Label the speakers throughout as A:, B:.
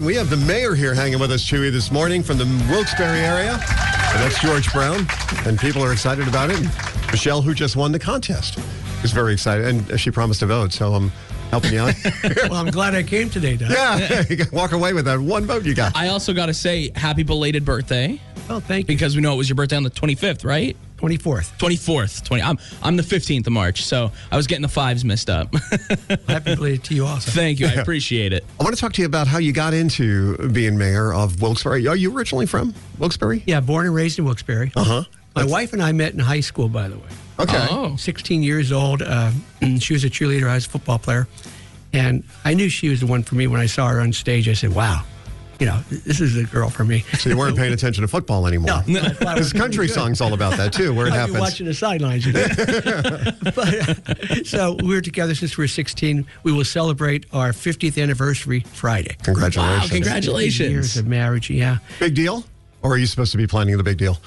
A: We have the mayor here hanging with us, Chewy, this morning from the Wilkes-Barre area. And that's George Brown, and people are excited about it. Michelle, who just won the contest, is very excited, and she promised to vote, so I'm helping you out.
B: Well, I'm glad I came today, Doc.
A: yeah, you can walk away with that one vote you got.
C: I also got to say happy belated birthday
B: Well, thank you.
C: because we know it was your birthday on the 25th, right?
B: 24th.
C: 24th, 20. I'm I'm the 15th of March, so I was getting the fives mixed up.
B: Happy belated to you also.
C: Thank you, I appreciate it.
A: I want to talk to you about how you got into being mayor of Wilkes-Barre. Are you originally from Wilkes-Barre?
B: Yeah, born and raised in Wilkes-Barre.
A: Uh-huh.
B: My wife and I met in high school, by the way.
A: Okay.
C: Oh,
B: 16 years old. Uh, she was a cheerleader. I was a football player. And I knew she was the one for me when I saw her on stage. I said, wow, you know, this is the girl for me.
A: So you weren't paying attention to football anymore.
B: No, that's why I
A: This
B: was really
A: country
B: good.
A: song's all about that, too, where it
B: I'd be
A: happens.
B: watching the sidelines. You know? but, uh, so we were together since we were 16. We will celebrate our 50th anniversary Friday.
A: Congratulations.
C: Wow, congrats. Congratulations.
B: Years of marriage, yeah.
A: Big deal? Or are you supposed to be planning the big deal?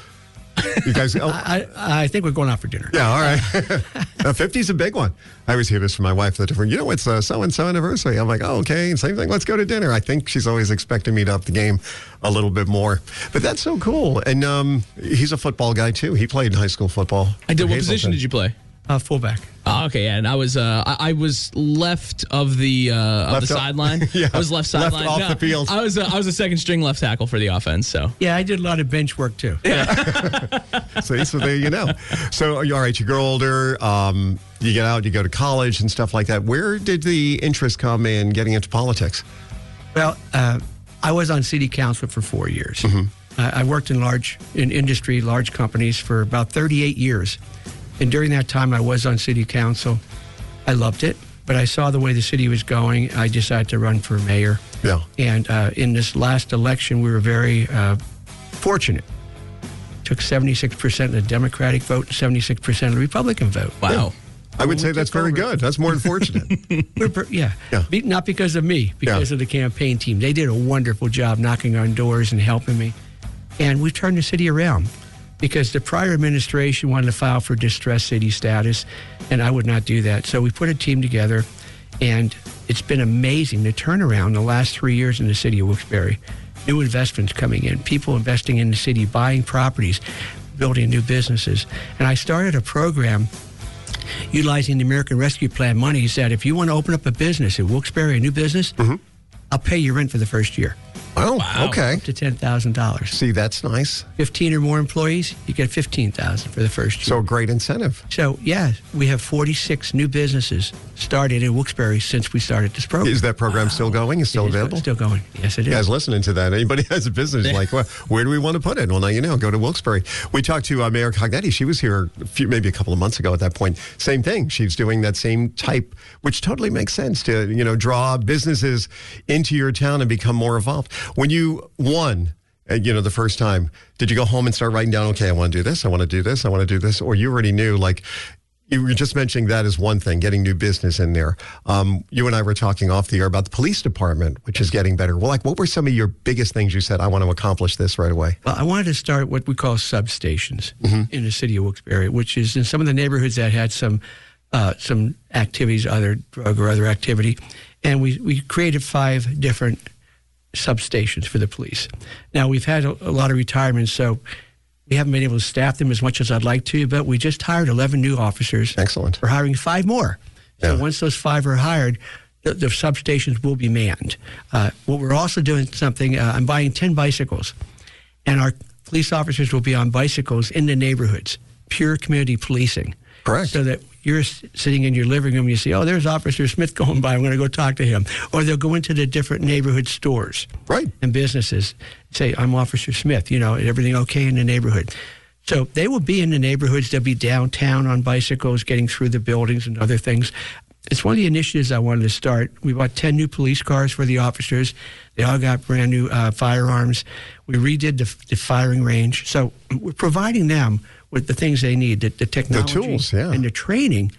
A: You guys, oh,
B: I, I think we're going out for dinner.
A: yeah, all right. Uh, 50's a big one. I always hear this from my wife. The different, you know, it's so and so anniversary. I'm like, oh, okay, same thing. Let's go to dinner. I think she's always expecting me to up the game a little bit more. But that's so cool. And um, he's a football guy too. He played high school football.
C: I did. What position did you play?
B: Uh, fullback.
C: Oh, okay, yeah, and I was uh, I, I was left of the uh, of
A: Left
C: the
A: off-
C: sideline.
A: Yeah.
C: I was left
A: Left
C: sideline.
A: off the field.
C: I was uh, I was a second string left tackle for the offense. So
B: Yeah, I did a lot of bench work too. Yeah.
A: See, so there you know. So you- all right, you grow older. Um, you get out. You go to college and stuff like that. Where did the interest come in getting into politics?
B: Well, uh, I was on city council for four years. I, I worked in large in industry, large companies for about 38 years, and during that time, I was on city council. I loved it, but I saw the way the city was going. I decided to run for mayor.
A: Yeah.
B: And uh, in this last election, we were very uh, fortunate. Took 76% of the Democratic vote, 76% of the Republican vote.
C: wow,
A: I would say that's
B: took
A: very
B: Oh. over.
A: good. That's more than fortunate.
B: We're per- yeah.
A: Yeah.
B: Be- not because of me, because
A: Yeah.
B: of the campaign team. They did a wonderful job knocking on doors and helping me. And we turned the city around because the prior administration wanted to file for distressed city status, and I would not do that. So we put a team together, and it's been amazing the turnaround the last three years in the city of Wilkes-Barre. New investments coming in, people investing in the city, buying properties, building new businesses. And I started a program utilizing the American Rescue Plan money, he said, if you want to open up a business in Wilkes-Barre, a new business,
A: Mm-hmm.
B: I'll pay your rent for the first year
A: Well, okay.
B: up to ten thousand dollars.
A: See, that's nice.
B: Fifteen or more employees, you get fifteen thousand for the first year.
A: So a great incentive.
B: So, yeah, we have forty-six new businesses started in Wilkes-Barre since we started this program.
A: Is that program still going? Is still
B: It is
A: available?
B: Still going? Yes, it
A: You
B: is.
A: guys listening to that? Anybody has a business like, well, where do we want to put it? Well, now you know. Go to Wilkes-Barre. We talked to uh, Mayor Cognetti. She was here a few, maybe a couple of months ago. At that point, same thing. She's doing that same type, which totally makes sense to you know draw businesses into your town and become more involved. When you won, uh, you know, the first time, did you go home and start writing down? Okay, I want to do this. I want to do this. I want to do this. Or you already knew like. You were just mentioning that as one thing, getting new business in there. Um, you and I were talking off the air about the police department, which is getting better. Well, like, what were some of your biggest things you said, I want to accomplish this right away?
B: Well, I wanted to start what we call substations in the city of Wilkes-Barre, which is in some of the neighborhoods that had some uh, some activities, other drug or other activity, and we we created five different substations for the police. Now we've had a, a lot of retirements, so we haven't been able to staff them as much as I'd like to. But we just hired eleven new officers.
A: Excellent.
B: We're hiring five more. So
A: Yeah.
B: once those five are hired, the, the substations will be manned. Uh, what we're also doing something. Uh, I'm buying ten bicycles, and our police officers will be on bicycles in the neighborhoods. Pure community policing.
A: Correct.
B: So that you're s- sitting in your living room, you see, oh, there's Officer Smith going by. I'm going to go talk to him. Or they'll go into the different neighborhood stores
A: Right.
B: and businesses say, I'm Officer Smith, you know, is everything okay in the neighborhood? So they will be in the neighborhoods, they'll be downtown on bicycles, getting through the buildings and other things. It's one of the initiatives I wanted to start. We bought 10 new police cars for the officers. They all got brand new uh, firearms. We redid the, the firing range. So we're providing them with the things they need the, the technology
A: tools, yeah.
B: and the training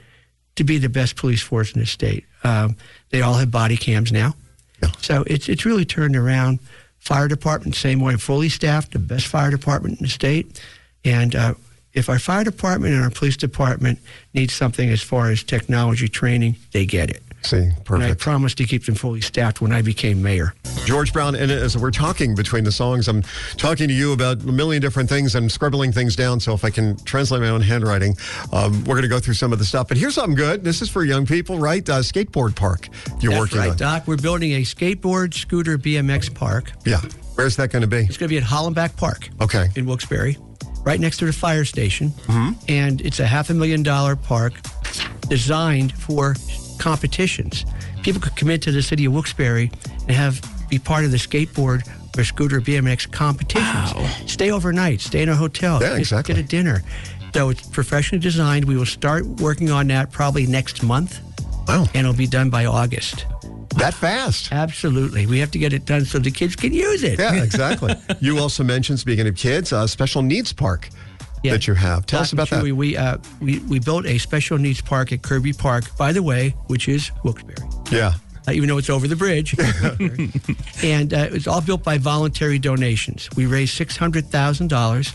B: to be the best police force in the state. Um, they all have body cams now.
A: Yeah.
B: So it's it's really turned around. Fire department, same way, fully staffed, the best fire department in the state. And uh, if our fire department and our police department need something as far as technology training, they get it.
A: See,
B: And I
A: perfect.
B: promised to keep them fully staffed when I became mayor.
A: George Brown, and as we're talking between the songs, I'm talking to you about a million different things. I'm scribbling things down, so if I can translate my own handwriting, um, we're going to go through some of the stuff. But here's something good. This is for young people, right? Uh, skateboard park you're
B: That's
A: working
B: right,
A: on.
B: Doc. We're building a skateboard, scooter, BMX park.
A: Yeah. Where's that going to be?
B: It's going to be at Hollenbach Park.
A: Okay. Mm-hmm.
B: In Wilkes-Barre, right next to the fire station. And it's a half a million dollar park designed for competitions. People could commit to the city of Wilkes-Barre and have be part of the skateboard or scooter BMX competitions. Stay overnight, stay in a hotel,
A: Yeah,
B: get-
A: exactly.
B: get a dinner. So it's professionally designed. We will start working on that probably next month
A: Wow.
B: and it'll be done by August.
A: That fast.
B: Absolutely. We have to get it done so the kids can use it.
A: Yeah, exactly. you also mentioned, speaking of kids, a special needs park that you have. Tell us about
B: Doc and
A: that.
B: Chewy, We, uh, we, we built a special needs park at Kirby Park, by the way, which is Wilkes-Barre.
A: yeah.
B: Uh, even though it's over the bridge. and uh, it's all built by voluntary donations. We raised $600,000,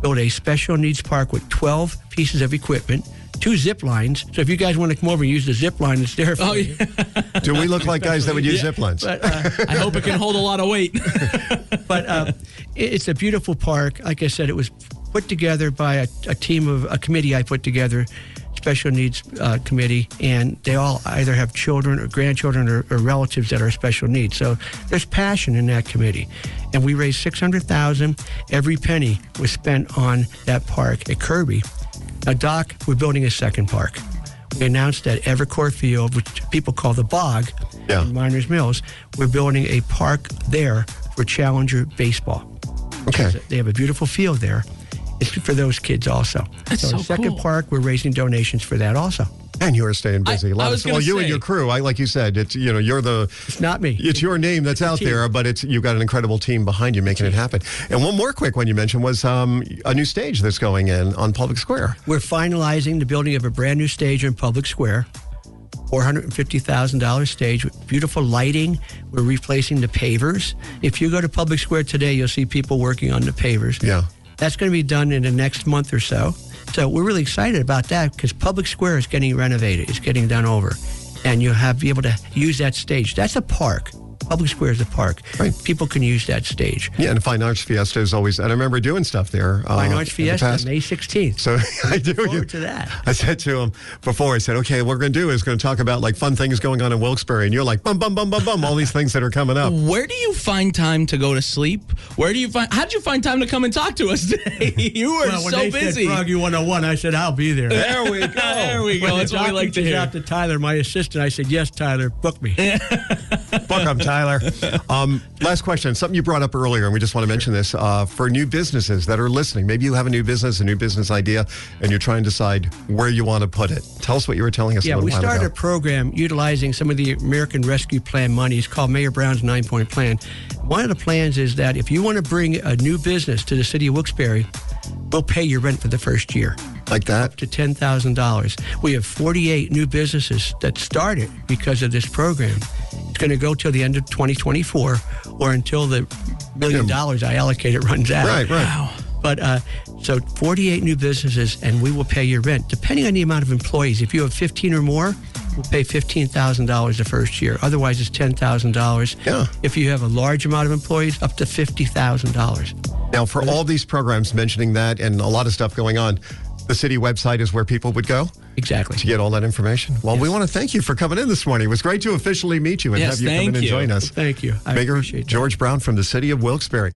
B: built a special needs park with 12 pieces of equipment, two zip lines. So if you guys want to come over and use the zip line, it's there for
C: Oh,
B: you.
C: yeah.
A: Do we look like guys that would use zip lines?
B: But, uh,
C: I hope it can hold a lot of weight.
B: but uh, it- it's a beautiful park. Like I said, it was put together by a, a team of a committee I put together, special needs uh, committee, and they all either have children or grandchildren or, or relatives that are special needs. So there's passion in that committee, and we raised six hundred thousand. Every penny was spent on that park at Kirby. Now, Doc, we're building a second park. We announced at Evercore Field, which people call the Bog,
A: Yeah.
B: in Miners Mills, we're building a park there for Challenger baseball.
A: Okay.
B: They have a beautiful field there. It's for those kids also.
C: That's so
B: the second
C: cool.
B: park, we're raising donations for that also.
A: And you are staying busy.
C: I
A: A lot of
C: was
A: well,
C: gonna
A: you and
C: say-
A: your crew. I like you said. It's you know you're the.
B: It's not me.
A: It's your name that's out
B: team.
A: there, but it's you've got an incredible team behind you making it happen. And one more quick one you mentioned was um, a new stage that's going in on Public Square.
B: We're finalizing the building of a brand new stage in Public Square. $450,000 stage with beautiful lighting. We're replacing the pavers. If you go to Public Square today, you'll see people working on the pavers.
A: Yeah.
B: That's going to be done in the next month or so. So we're really excited about that because Public Square is getting renovated, it's getting done over. And you'll have be able to use that stage. That's a park. Public Square is a park.
A: Right. Uh,
B: People can use that stage.
A: Yeah, and Fine Arts Fiesta is always. And I remember doing stuff there. Uh,
B: Fine
A: in the
B: Arts Fiesta,
A: past.
B: May 16th.
A: So I do.
B: forward to that.
A: I said to him before, I said, okay, what we're going to do is going to talk about like fun things going on in Wilkes-Barre. And you're like, bum, bum, bum, bum, bum, all these things that are coming up.
C: Where do you find time to go to sleep? Where do you find? How would you find time to come and talk to us today? you were
B: Well, when
C: so
B: they
C: busy.
B: said Froggy 101, I said, I'll be there.
C: there we go. there we
B: Oh,
C: go.
B: When
C: That's
B: the
C: what we
B: doc
C: like to
B: reaches
C: hear.
B: out to Tyler, my assistant, I said, yes, Tyler, book me.
A: Book up, Tyler. Um, last question. Something you brought up earlier, and we just want to mention this uh, for new businesses that are listening. Maybe you have a new business, a new business idea, and you're trying to decide where you want to put it. Tell us what you were telling us.
B: Yeah,
A: a little
B: we
A: while
B: started a
A: ago.
B: program utilizing some of the American Rescue Plan money. It's called Mayor Brown's Nine Point Plan. One of the plans is that if you want to bring a new business to the city of Wilkes-Barre, we'll pay your rent for the first year
A: like that.
B: to $10,000. We have 48 new businesses that started because of this program. It's going to go till the end of 2024 or until the million dollars I allocated runs out.
A: Right, right.
B: But uh, so 48 new businesses, and we will pay your rent depending on the amount of employees. If you have 15 or more, we'll pay $15,000 the first year. Otherwise, it's $10,000.
A: Yeah.
B: If you have a large amount of employees, up to $50,000.
A: Now, for all these programs mentioning that and a lot of stuff going on, the city website is where people would go.
B: Exactly.
A: to get all that information. Well, we want to thank you for coming in this morning. It was great to officially meet you and
C: Yes,
A: have you come
C: thank
A: in and
C: you.
A: join us.
B: Thank you. I
A: Mayor
B: appreciate that.
A: George Brown from the city of Wilkes-Barre.